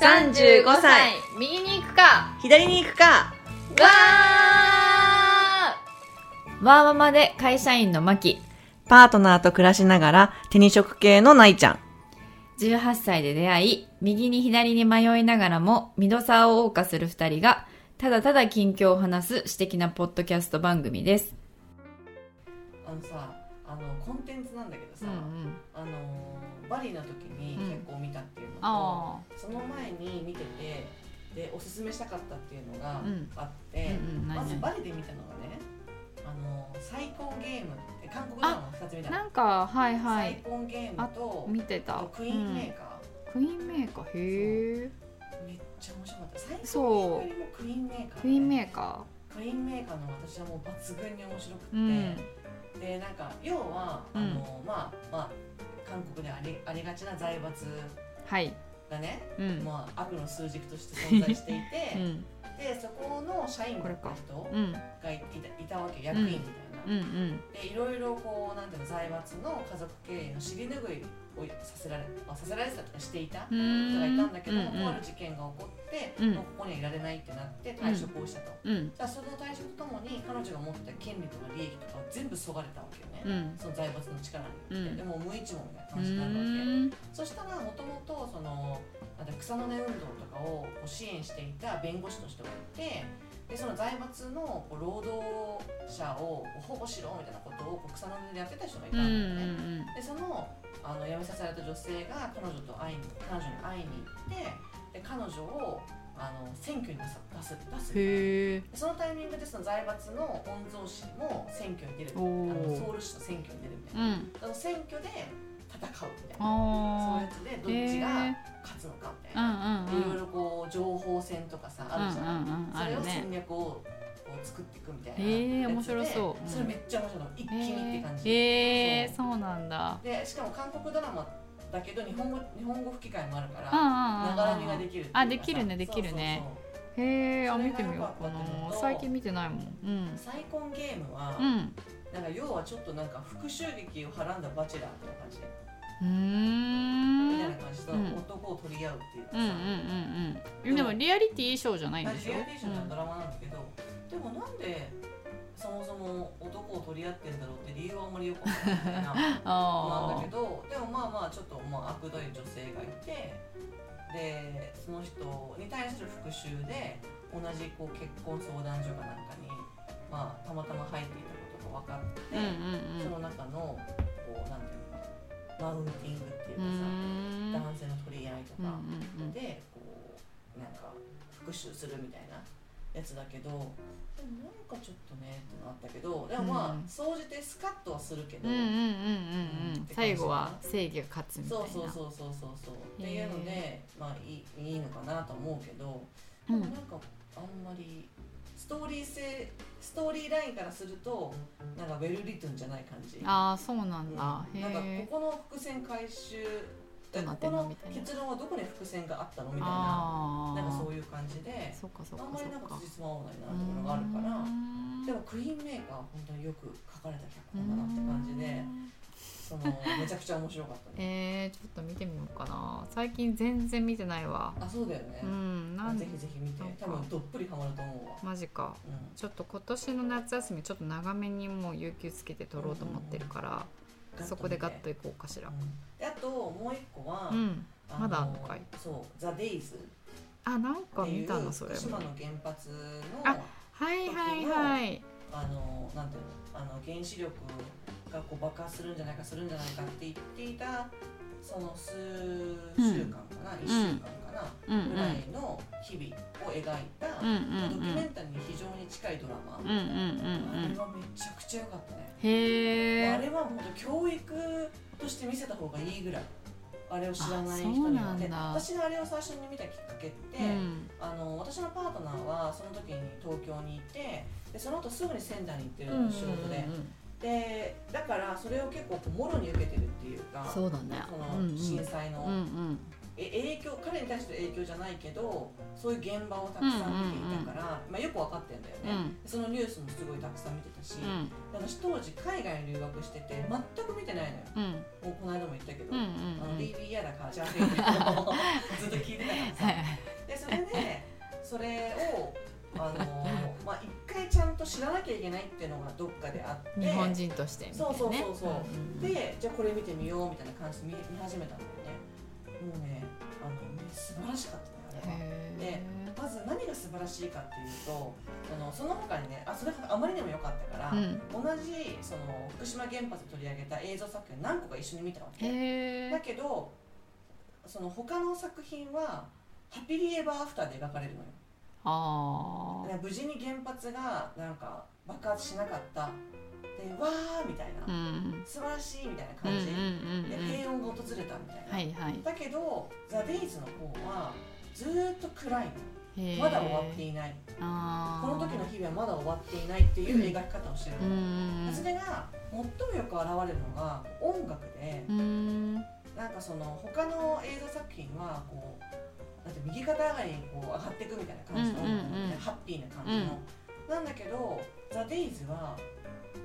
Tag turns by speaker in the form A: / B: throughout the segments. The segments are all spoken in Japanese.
A: 35歳
B: 右に行くか
A: 左に行くか
B: わ
C: わーままで会社員のマキ。
A: パートナーと暮らしながら手に職系のないちゃん
C: 18歳で出会い、右に左に迷いながらも、ミドサーを謳歌する二人が、ただただ近況を話す私的なポッドキャスト番組です。
A: あのさあのコンテンツなんだけどさ、あのバリな時に
B: うん
A: 結構見たっていうのと、
B: あ
A: その前に見ててでおすすめしたかったっていうのが
C: うん
A: あっ
C: う
A: て、
C: んうん
A: まず
C: 何
A: バリで見たのがねあの再婚ゲームえ韓国ドラマ2つ見た
B: ー
A: の
B: なんかはいは
A: 再
B: い
A: 婚ゲームと
B: 見てた
A: クイーンメー
B: ー
A: カー、
B: クイーンメーカーへえ
A: めっちゃ面白かった。最初
B: そう
A: よりもクイーンメーカー、ね。
B: クイーンメーカ
A: クイーンメーカーの私はもう抜群に面白く
B: ー
A: て、
B: うん
A: でなんか要は、
B: うん
A: あのまあまあ韓国でありありがちな財閥
B: はい
A: がね、
B: うん
A: まあ悪の数軸として存在していて、
B: うん
A: でそこの社員の人
B: うん
A: がいたいたわけ役員みたいな。
B: うんうん
A: でいろいろこうなんていうの財閥の家族経営の尻拭いをさせられ、まあ、させられてたとかしていた
B: う
A: 人がい
B: ー
A: た
B: ん
A: んだけども、
B: うん
A: とある事件が起こって、
B: うん
A: もうここにはいられないってなって退職をしたと、
B: うん
A: じゃあその退職とともに彼女が持ってた権利とか利益とかを全部そがれたわけよね、
B: うん
A: その財閥の力によって、
B: うん
A: でもう無一文みたいな
B: う
A: 感じになるわ
B: ーん
A: け、そしたらもともとそのなんだ草の根運動とかをこう支援していた弁護士の人がいてでその財閥のこう労働者をこう保護しろみたいなことをこう草の根でやってた人がいた
B: うんん
A: だ
B: う
A: よね、
B: ん
A: でそのあの辞めさせられた女性が彼女と会いに彼女に会いに行ってで彼女をあの選挙に出さ出す出す
B: へえ
A: でそのタイミングでその財閥の御曹司も選挙に出る
B: お
A: あ
B: お
A: のソウル市の選挙に出るみたいうな、
B: ん
A: その選挙で戦うみたいなそういう
B: あ
A: やつで
B: あ
A: どっちが勝つのかみたいな、
B: うんうん
A: でいろ
B: う
A: い
B: ん
A: ろこう情報戦とかさあるじゃん、
B: うんうんうん
A: そ
B: あ
A: れ
B: る
A: を
B: ね
A: 戦略をこう作っていくみたいな
B: へー
A: やつで
B: 面白そううん
A: それめっちゃ面白いの一気にって感じ、
B: へえ
A: そう
B: そうなんだ
A: でしかも韓国ドラマだけど日本語日本語吹き替えもあるか
B: うんう
A: らながら
B: ん
A: み
B: うんう
A: が
B: ん
A: できるっていう
B: あできるねできるねへえあ
A: それ
B: 見
A: が
B: てみようか
A: 良かったの
B: な
A: と
B: 最近見てないもんうん
A: そうそう再婚ゲームは、
B: うん
A: なんか要はちょっとなんか復讐劇をはらんだバチェラーみたいな感じ
B: うーん
A: みたいな感じで
B: うん
A: 男を取り合うっていう
B: う
A: か
B: んうん
A: さ、
B: うんうんでもリアリティショーじゃないん
A: まあ
B: でし
A: リ
B: ょ
A: アリティションのドラマなんだけど、でもなんでそもそも男を取り合ってんだろうって理由はあんまりよくわからないみたいな
B: うん あ
A: なんだけどでもまあまあちょっとまあ悪どい女性がいてでその人に対する復讐で同じこう結婚相談所かなんかに、まあ、たまたま入っていたことが分かって、
B: ーうんうん
A: その中のこうなんていうのかなマウンティングっていう
B: うんうー
A: かさ、
B: ん
A: 男性の取り合いと
B: うん
A: か、
B: うんうん
A: でこうなんか復讐するみたいなやつだけどでもなんかちょっとねってなったけどでもま
B: うん
A: あ総じてスカッとはするけど、
B: うんうんうんうん
A: う
B: うんん最後は正義が勝つみたい
A: そう
B: な
A: そうそうそうそうそうっていうのでまあいいいいのかなと思うけど、
B: う
A: でも
B: ん
A: なんかあんまりストーリー性ストーリーラインからするとなんかウェルリトンじゃない感じ
B: ああそうなんだ
A: うんなんか
B: へえ
A: ここの伏線回収
B: どうな
A: こ
B: って
A: こ
B: んの
A: の
B: みたいな
A: 結論はどこに伏線があったのみたいな
B: あ
A: なんか
B: あ
A: そういう感じで
B: そうかそ
A: あ
B: うんか
A: ま
B: そ
A: り
B: う
A: なんか
B: か
A: つじつま合わないなっていうのがあるからでもクイーンメーカーは本当によく書かれた脚本だなって感じでそのめちゃくちゃ面白かった ね
B: えー、ちょっと見てみようかな最近全然見てないわ
A: あそうだよね
B: うんなん
A: ぜひぜひ見て
B: なんか
A: 多分どっぷりハマると思うわ、
B: マジか
A: うん、
B: ちょっと今年の夏休みちょっと長めにもう有給つけて取ろうと思ってるから、そこでガッと
A: い
B: いこうかしら
A: あともう一個は、
B: うん
A: あ
B: まだあんのかい
A: そう「ザ・デイズ
B: あなんか
A: ってい
B: 見
A: う
B: たのそれ
A: 福島
B: も
A: の原発の
B: あはいはいはい
A: あのなんていうのあの原子力がこう爆発するんじゃないかするんじゃないかって言っていたその数週間かな、一週間かな、
B: うんうん
A: ぐらいの日々を描いた、
B: うんうん
A: ドキュ
B: う
A: メ
B: ん
A: ンタリーに非常に近いドラマ、
B: うんうんうんう
A: あれ
B: ん
A: はめちゃくちゃ良かったね
B: へ
A: あ
B: え
A: れは本当教育として見せた方がいいぐらいあれを知らない人
B: あそう
A: に
B: な
A: は
B: んだ
A: で私があれを最初に見たきっかけって、
B: うん
A: あの私のパートナーはその時に東京にいてでその後すぐに仙台に行ってる
B: うんうんうん
A: 仕事で、でだからそれを結構こうもろに受けてるっていうか
B: そうだね
A: そうの
B: ん
A: 震災
B: うんう
A: の
B: ん
A: え影響彼に対しての影響じゃないけどそういう現場をたくさん見ていたから、まあ、よく分かってんだよ
B: う
A: ね、
B: ん
A: そのニュースもすごいたくさん見てたし、
B: うん
A: で私当時海外に留学してて全く見てないのよ
B: うん
A: もうこの間も言ったけど、
B: うんうん
A: あの
B: うん
A: BB 嫌だからじゃあって言ってもずっと聞いてたからさ
B: はい
A: でそれでそれをあのまあ一回ちゃんと知らなきゃいけないっていうのがどっかであって
B: 日本人としてみたいなね
A: そうそうそうそうん
B: ん
A: でじゃあこれ見てみようみたいな感じで見見始めたんだよねもうねあの素晴らしかったねあれは。
B: へ
A: まず何が素晴らしいかっていうとあのその他にねあそれがあまりにも良かったから、
B: ーうん
A: 同じその福島原発で取り上げた映像作品を何個か一緒に見たわけ、
B: へ
A: だ
B: ー
A: けどその他の作品はハピリエバーアフターで描かれるのよ
B: あ
A: だ
B: ー
A: から無事に原発がなんか爆発しなかったでわーみたいな、
B: うん
A: 素晴らしいみたいな
B: うんうん
A: 感
B: う
A: じ、
B: ん
A: で
B: うん
A: 平穏が訪れたみたいな、
B: はいはい
A: だけどザ・デイズの方はずーっと暗い
B: へー
A: のまだ終わっていない
B: あ
A: この時の
B: 日
A: 日々はまだ終わっていないっていう描き方をしてる
B: う
A: の、
B: ん
A: それが最もよく現れるのが音楽で
B: うん
A: なんかその他の映像作品はこうだって右肩上がりにこう上がっていくみたいな感じの音楽
B: うんうん
A: で、
B: うん
A: ハッピーな感じの、なんだけど「ザ・デイズは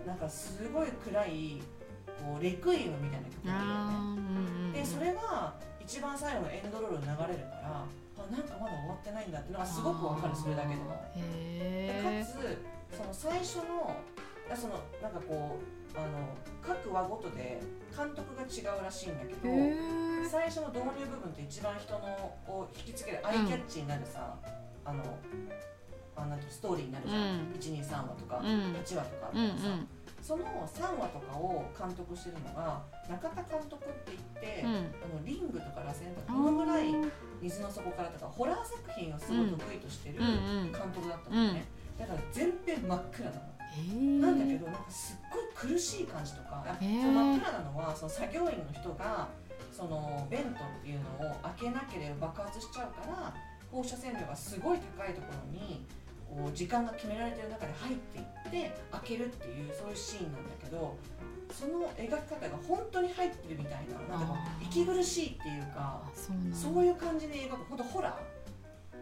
A: なんかすごい暗いこうレクイエムみたいな曲な
B: あーうんうん
A: んだよね。でそれが一番最後のエンドロール流れるからあなんかまだ終わってないんだっていうのがすごくわかるそれだけでも。
B: あー
A: で
B: へ
A: かつその最初のあそのなんかこうあの各話ごとで監督が違うらしいんだけ
B: ー
A: ど
B: へ
A: 最初の導入部分って一番人のを引きつけるアイキャッチになるさ、あのあのストーリーになるじゃん、
B: うん
A: 123話とか、
B: うん
A: 8話とかあっ
B: ーう
A: た
B: ん
A: ら
B: う
A: さ、
B: ん
A: その3話とかを監督してるのが中田監督って言って。
B: うん
A: あのリングとか螺旋と
B: あ
A: か
B: ー
A: このぐらい水の底からとかホラー作品をすごい得意としてる
B: うんうん
A: 監督だったのね、だから全編真っ暗なの、なんだけどなんかすっごい苦しい感じとか、あ
B: へー
A: その真っ暗なのはその作業員の人がそのベントっていうのを開けなければ爆発しちゃうから放射線量がすごい高いところにこう時間が決められてる中で入っていって開けるっていうそういうシーンなんだけどその描き方が本当に入ってるみたいななんか
B: あー
A: 息苦しいっていうか
B: あそうなんだ
A: そういう感じで描くほんとホラー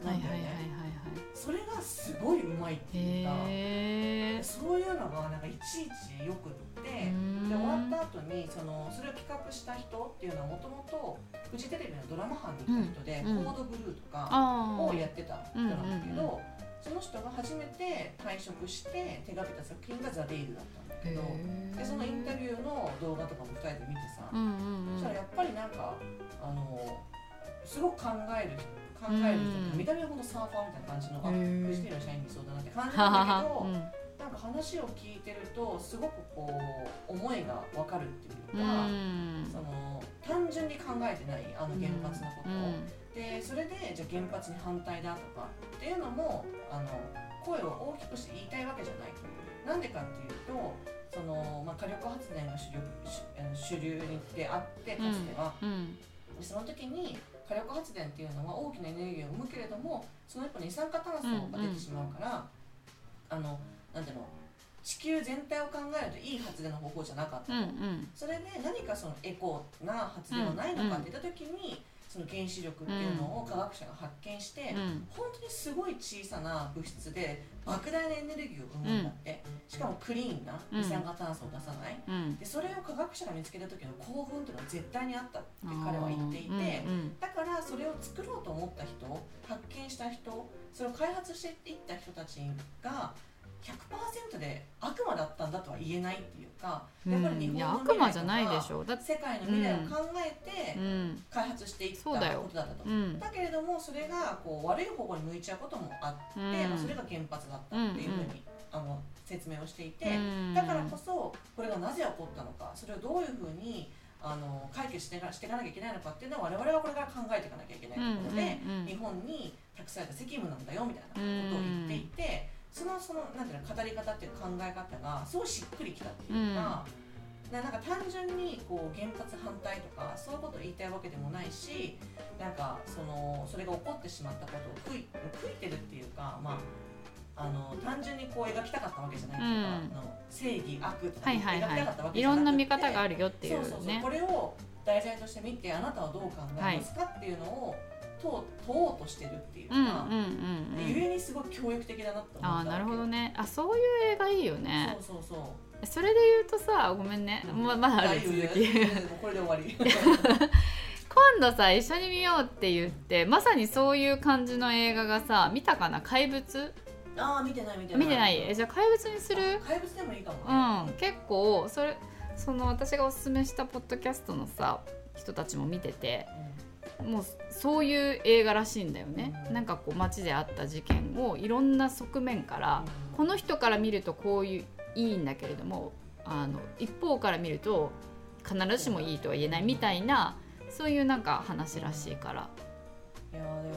B: は
A: ないん
B: は
A: だ
B: い
A: よ
B: はい
A: ね、
B: は
A: それがすごいうまいって
B: い
A: いうか。
B: はいへえ
A: そういうのがなんかいちいちよくって、で終わった後にそのそれを企画した人っていうのはもともとフジテレビのドラマ班にいた人で「
B: うんうん
A: コードブルー」とか
B: あー
A: をやってた人なんだけど、
B: うんうん
A: その人が初めて退職して手がけた作品が「ザ・デイル」だったんだけど、
B: へー
A: でそのインタビューの動画とかも2人で見てさ、
B: うんうん
A: そ
B: うん
A: したらやっぱりなんかあのすごく考える人考える人って、
B: うん
A: 見た目はほんとサーファーみたいな感じのが、
B: へー
A: フジテレビの社員にそうだなって感じ
B: は
A: なんだ
B: は
A: けど。
B: はうん
A: なんか話を聞いてるとすごくこう思いがわかるっていう
B: う
A: か、
B: ん
A: その単純に考えてないあの原発のことを、
B: うん
A: でそれでじゃあ原発に反対だとかっていうのもあの声を大きくして言いたいわけじゃないなんでかっていうとその、まあ、火力発電が主力主あの主流にであってかつては、
B: うん
A: でその時に火力発電っていうのは大きなエネルギーを生むけれどもその一方に二酸化炭素が出てしまうから、あのなんていうの地球全体を考えるといい発電の方法じゃなかった、
B: うんうん
A: それで何かそのエコな発電はないのかって言った時に、その原子力っていうのを科学者が発見して、
B: うん
A: 本当にすごい小さな物質で莫大なエネルギーを生むんだって、しかもクリーンな二酸化炭素を出さない、
B: うん
A: でそれを科学者が見つけた時の興奮っていうのは絶対にあったって彼は言っていて、
B: うん
A: だからそれを作ろうと思った人発見した人それを開発していった人たちが100%で悪魔だったんだとは言えないっていうか
B: うん
A: やっぱり日
B: うんい
A: 本
B: や
A: の
B: 悪魔じゃないでし
A: ょ
B: ょだって
A: 世界の未来を考えて
B: うん
A: 開発していった
B: そうだよ
A: ことだったと。
B: うん
A: だけれどもそれがこう悪い方向に向いちゃうこともあって、
B: うん
A: まあそれが原発だったっていうふうに、あの説明をしていて、だからこそこれがなぜ起こったのかそれをどういうふうにあの解決してかしていかなきゃいけないのかっていうのは我々はこれから考えていかなきゃいけないということで、
B: うんうんうん
A: 日本に託された責務なんだよみたいなことを言っていて、そのそのなんていうの語り方っていうか考え方がすごいしっくりきたっていうか。ななんか単純にこう原発反対とかそういうことを言いたいわけでもないしなんかそのそれが起こってしまったことを悔い悔いてるっていうか、まあ、あの単純にこう描きたかったわけじゃないというか、
B: うん
A: あの正義悪とか
B: はい
A: 描
B: はい
A: きたかったわけじゃなく
B: は
A: て
B: いいろんな見方があるよってい
A: そうそう
B: う
A: そう
B: ね
A: これを題材として見てあなたはどう考えますかっていうのを問問おうとしてるっていう
B: うんうん
A: か、
B: うんうん
A: ゆえにすごい教育的だなって思った
B: あ
A: わ
B: あ
A: け
B: なるほどねあそういう映画いいよね
A: そうそうそう
B: それで言うとさごめんねままだある続
A: 大
B: き
A: 丈夫もうこれで終わり
B: 今度さ一緒に見ようって言ってまさにそういう感じの映画がさ見たかな怪物
A: ああ見てない見てない
B: 見てないえじゃあ怪物にする
A: 怪物でもいいかも
B: う
A: ね、
B: ん結構それその私がおすすめしたポッドキャストのさ人たちも見ててもうそういう映画らしいんだよね、
A: うん
B: なんかこう街であった事件をいろんな側面から、この人から見るとこういういいんだけれどもあの一方から見ると必ずしもいいとは言えないみたいなそういうなんか話らしいから、
A: いやーでも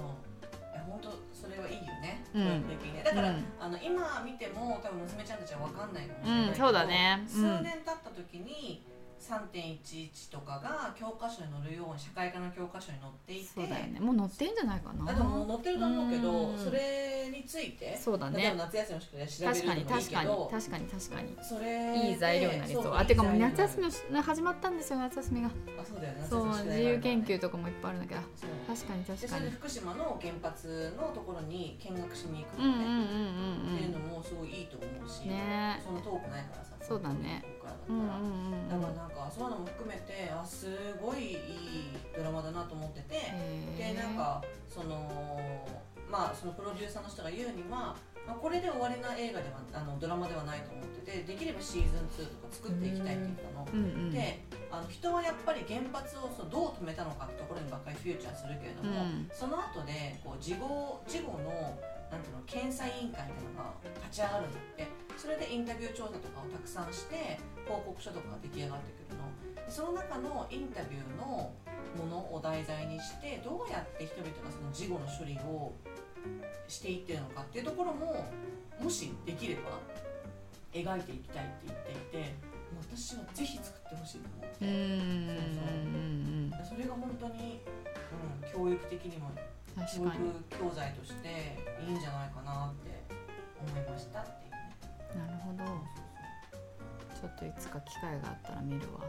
A: いや本当それはいいよね、
B: うん
A: 教育的にねだ
B: う
A: から、
B: ん、
A: あの今見ても多分娘ちゃんたちは分かんないかもしれないけど、
B: うんそうだねうん
A: 数年経った時に3.11とかが教科書に載るように社会科の教科書に載っていて
B: そうだよねもう乗ってんじゃないかな
A: あでも載ってると思うけど、
B: うん
A: それについて
B: そうだ
A: 例え
B: ね
A: ば夏休みの宿題で調
B: 確かに
A: べるのもいい
B: 確か
A: け
B: に
A: ど
B: 確かに確かに
A: それ
B: いい材料になりそう
A: そう
B: あてかもう
A: いい材料
B: 夏休みのし始まったんですよ夏休みが
A: あそうだよね
B: そう
A: 夏休みの宿題
B: 自由研
A: がある
B: 究とかもいっぱいあるんだけど
A: からねそう
B: 確かに
A: で
B: 確
A: そ
B: か
A: れで
B: に
A: 福島の原発のところに見学しに行
B: う
A: く
B: んうん
A: の
B: うんう
A: ね、
B: ん
A: っていう
B: う
A: のもすごいいいと思うし、
B: んね
A: その遠くないからさ
B: そうだね
A: 遠くからだっ
B: う
A: た
B: んうんう
A: ら、
B: んう
A: だ
B: ん
A: からなんかそういうのも含めてあすごいいいドラマだなと思ってて、
B: へー
A: でなんかそのまあそのプロデューサーの人が言うには、まあ、これで終わりな映画ではあのドラマではないと思っててできればシーズン2とか作っていきたいって言ったの。
B: うんうん
A: であの人はやっぱり原発をそのどう止めたのかってところにばっかりフューチャーするけれど
B: う
A: も、
B: ん
A: その後でこう事後事後のなんていうの検査委員会っていうのが立ち上がるんだってそれでインタビュー調査とかをたくさんして報告書とかが出来上がってくるのでその中のインタビューのものを題材にしてどうやって人々がその事後の処理をしていってるのかっていうところももしできれば描いていきたいって言っていてもう私はぜひ作ってほしいと思って。
B: うんうんうん
A: それが本当に、うん、教育的にも
B: うん確
A: 教育
B: かに
A: 教材としていいんじゃないかなって思いましたっていうね
B: なるほどちょっといつか機会があったら見るわ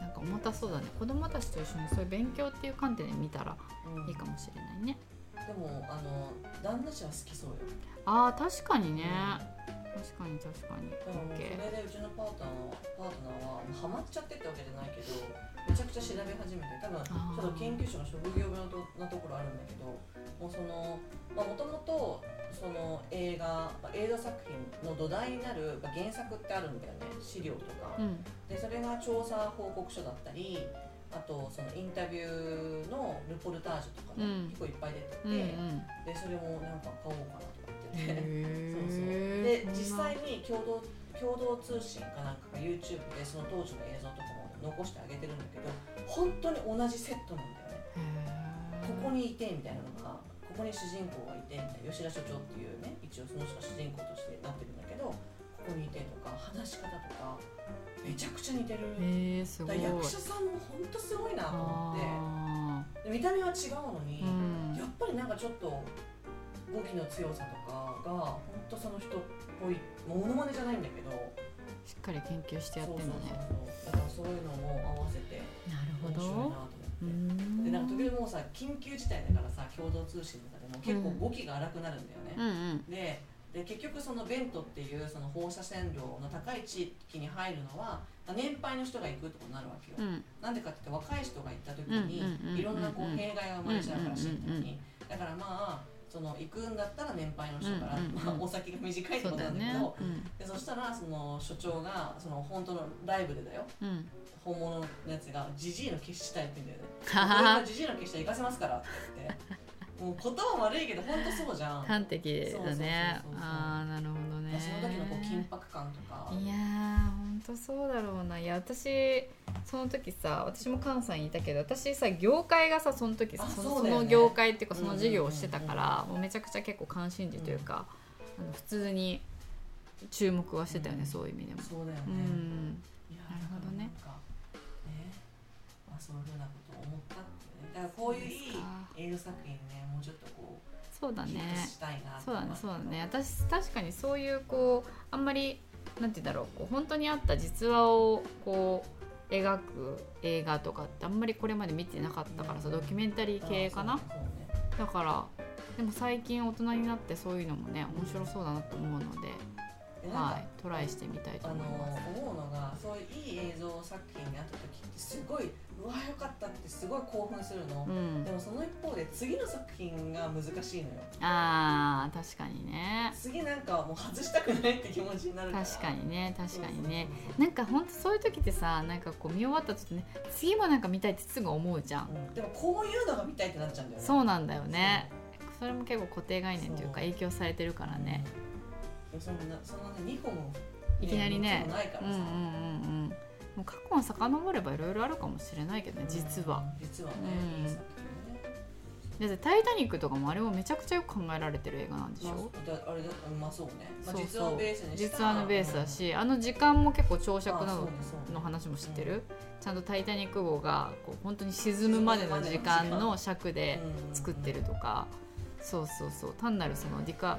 B: なんか重たそうだね子供たちと一緒にそういう勉強っていう観点で見たら
A: うんうん
B: いいかもしれないね
A: でもあの旦那氏は好きそうよ
B: あー確かにね
A: う
B: 確かに確かに
A: んだからもう
B: OK
A: それでうちのパートナーはパートナーはもうハマっちゃってってわけじゃないけどめちゃくちゃ調べ始めて多分
B: ー
A: ちょっと研究所の職業病のとなところあるんだけどもうそのまあもともとその映画まあ映像作品の土台になるまあ原作ってあるんだよね資料と
B: う
A: か、
B: ん
A: でそれが調査報告書だったりあとそのインタビューのルポルタージュとかね、
B: うん
A: 結構いっぱい出てて、
B: うんうん
A: でそれもなんか買おうかなとか言ってて。そうそう
B: へ
A: で
B: ー
A: 実際に共同共同通信かなんかが YouTube でその当時の映像とかも残してあげてるんだけど本当に同じセットなんだよね、
B: へー
A: ここにいてみたいなのがここに主人公がいてみたいな吉田所長っていうね一応その人が主人公としてなってるんだけどここにいてとか話し方とかめちゃくちゃ似てる、
B: へーすご
A: だ
B: い
A: から役者さんも本当すごいなと思
B: あ
A: って見た目は違うのに
B: ー、うん
A: やっぱりなんかちょっと語気の強さとかが本当その人っぽいものまねじゃないんだけど
B: しっかり研究してやってんだね
A: そうそうそうそうだからそういうのも合わせて
B: な
A: 面
B: る
A: 白いなと
B: ほ
A: 思
B: ど
A: って、でなんか時々もうさ緊急事態だからさ共同通信とかでも結構語気が荒くなるんだよね、
B: うんうん
A: でで結局そのベントっていうその放射線量の高い地域に入るのは年配の人が行くってことになるわけよ、
B: うん
A: なんでかって言って若い人が行った時
B: うんうんうんうん
A: にいろんなこう弊害が生まれちゃうから身体にだからまあその行くんだったら年配の人から、
B: うんうんうん
A: まあ、お先が短いって
B: そう
A: こと
B: だ
A: な
B: よ
A: ん
B: ね
A: だけど
B: うん
A: でそしたらその所長がその本当のライブでだよ
B: うん
A: 本物のやつがジジイの消したいって言うんだよね
B: は
A: 俺
B: は
A: がジジイの消した行かせますからって言って もう言葉悪いけど本当そうじゃん
B: は 端的だね
A: そうそうそうそう
B: ああなるほどね
A: その時のこう緊迫感とか
B: いやーほんとそうだろうないや私その時さ私も関西にいたけど私さ業界がさその時さ
A: あ
B: その
A: そう
B: そ
A: だよね
B: の業界っていうかその
A: うん
B: 授業をしてたから、もうめちゃくちゃ結構関心事というか、あの普通に注目はしてたよね、
A: うん
B: そういう意味でも。
A: そうだよね、
B: うん
A: いや
B: なるほどね
A: なんかねまあそういうふうなことを思ったってねだからこういういい映像作品ねもうちょっとこう
B: そうだ
A: ヒ
B: ね
A: ットしたいなと
B: そうだ
A: 思っ
B: ね
A: た
B: そうだね私確かにそういうこうあんまりなんて言うんだろうこう本当にあった実話をこう描く映画とかってあんまりこれまで見てなかったからさドキュメンタリー系かな
A: そうね
B: だからでも最近大人になってそういうのもね面白そうだなと思うので、
A: そうねでなん
B: は
A: か
B: い、トライしてみたいと
A: あの
B: 思います。
A: 思うのがそういういい映像作品にあった時ってすごいうわよかったってすごい興奮するの
B: う、ん
A: で、もその一方で次の作品が難しいのよ
B: あー確かにね
A: 次なんかもう外したくないって気持ちになるから
B: 確かにね確かにね
A: そうそう
B: なんかほんとそういう時ってさなんかこう見終わった時ね次もなんか見たいってすぐ思うじゃん
A: そううんでもこういうのが見たいってなっちゃうんだよね
B: そう
A: う
B: なんだよねそれも結構固定概念というか影響されてるからね
A: うんそんなそんな2本も
B: いきなりね
A: いつもないか
B: う
A: ら
B: んうん
A: さ、
B: うんうんもう過去を遡ればいろいろあるかもしれないけどね実は
A: 実はね、
B: うん
A: いい作品ね
B: だって「タイタニック」とかもあれもめちゃくちゃよく考えられてる映画なんでし
A: ま
B: ょ
A: あだあれだうんまあそうね、まあ、
B: そう
A: 実
B: そう
A: 話をベースにした
B: 実話のベースだしあの時間も結構長尺な
A: あそう
B: の
A: ねそうね
B: の話も知ってる、ちゃんと「タイタニック」号がこう本当に沈むまでの時間の尺で作ってるとか、そうそうそう単なるそのディカ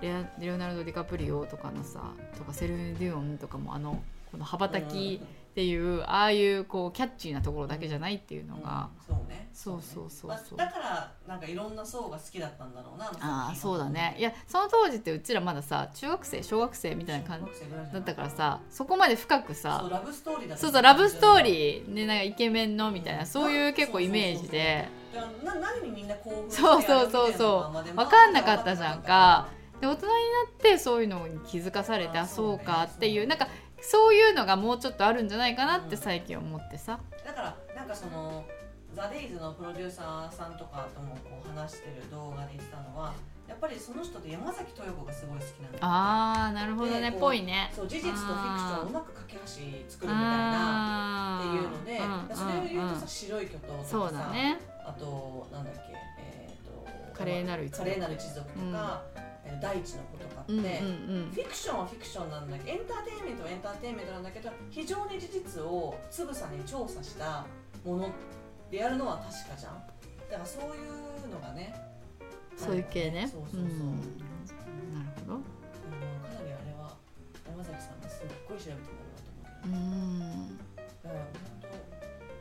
B: レアレオナルド・ディカプリオとかのさとかセルフ・デュオンとかもあのこの羽ばたきっていう、ああいうこうキャッチーなところだけじゃないっていうのが、
A: うんそうね
B: そうそうそうそう
A: まあだからなんかいろんな層が好きだったんだろうな
B: ああそうだねいやその当時ってうちらまださ中学生小学生み
A: み
B: たいな感じ
A: じ
B: だったからさそこまで深くさ
A: そうラブストーリーだった
B: そうそうラブストー
A: ー
B: リーでなんかイケメンのみたいなそういう結構イメージで
A: な何にみんな興奮して
B: そうそうそうそうわかんなかったじゃんかで大人になってそういうのに気づかされて
A: あ
B: あそうかってい
A: そうう
B: な
A: ね
B: んかそういうのがもうちょっとあるんじゃないかなって
A: うん
B: 最近思ってさ
A: だからなんかそのザ・デイズのプロデューサーさんとかともこう話してる動画で言ってたのはやっぱりその人って山崎豊子がすごい好きなんだ
B: あーなるほどね
A: でこう
B: ぽいね
A: そう事実とフィクションをうまく架け橋作るみたいなって
B: あ
A: い
B: ー
A: うので
B: ん
A: それを言うと
B: ん
A: さ
B: ん
A: 白い巨塔と
B: そ
A: か
B: うだ
A: さ
B: ね
A: あとなんだっけえーと
B: 華麗なる一族
A: 華麗なる一族とかえー大地の子とかって
B: うんうんう
A: フ
B: ん
A: ィクションはフィクションなんだけどエンターテインメントはエンターテインメントなんだけど非常に事実をつぶさに調査したものでやるのは確かじゃんだからそういうのがね
B: そういう系ね
A: そうそうそう、
B: うん
A: でも
B: なるほど
A: かなりあれは山崎さんがすっごい調べてもらうと思うけど
B: うーん
A: だから本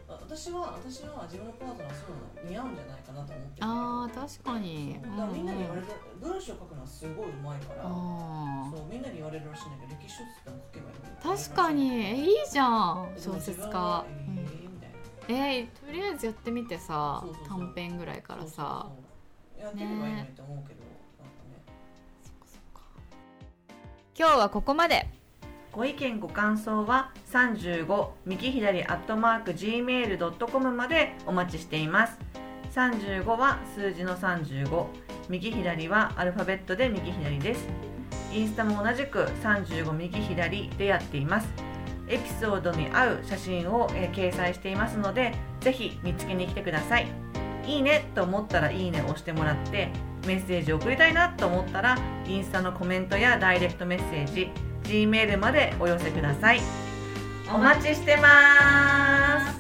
A: 当あ私は私は自分のパートナーそういうの似合うんじゃないかなと思ってるんだけど
B: あー確かに
A: そうだからみんなに言われ
B: る
A: る文章書くのはすごいうまいから
B: あー
A: そうみんなに言われるらしいんだけど歴史小説でも書けばいいのに
B: 確かにえいいじゃん
A: でも
B: 小
A: 自
B: 説
A: 分
B: 家
A: は、
B: うん
A: えーみたいな
B: えーとりあえずやってみてさ
A: そうそうそう
B: 短編ぐらいからさ
A: そうそうそうやってみればいいのにと思うけど、なんかね
C: 今日はここまで
A: ご意見ご感想は35右左アットマーク gmail.com までお待ちしています35は数字の35右左はアルファベットで右左ですインスタも同じく35右左でやっていますエピソードに合う写真を、えー掲載していますのでぜひ見つけに来てくださいいいねと思ったらいいねを押してもらってメッセージを送りたいなと思ったらインスタのコメントやダイレクトメッセージ G メールまでお寄せください。お待ちしてます。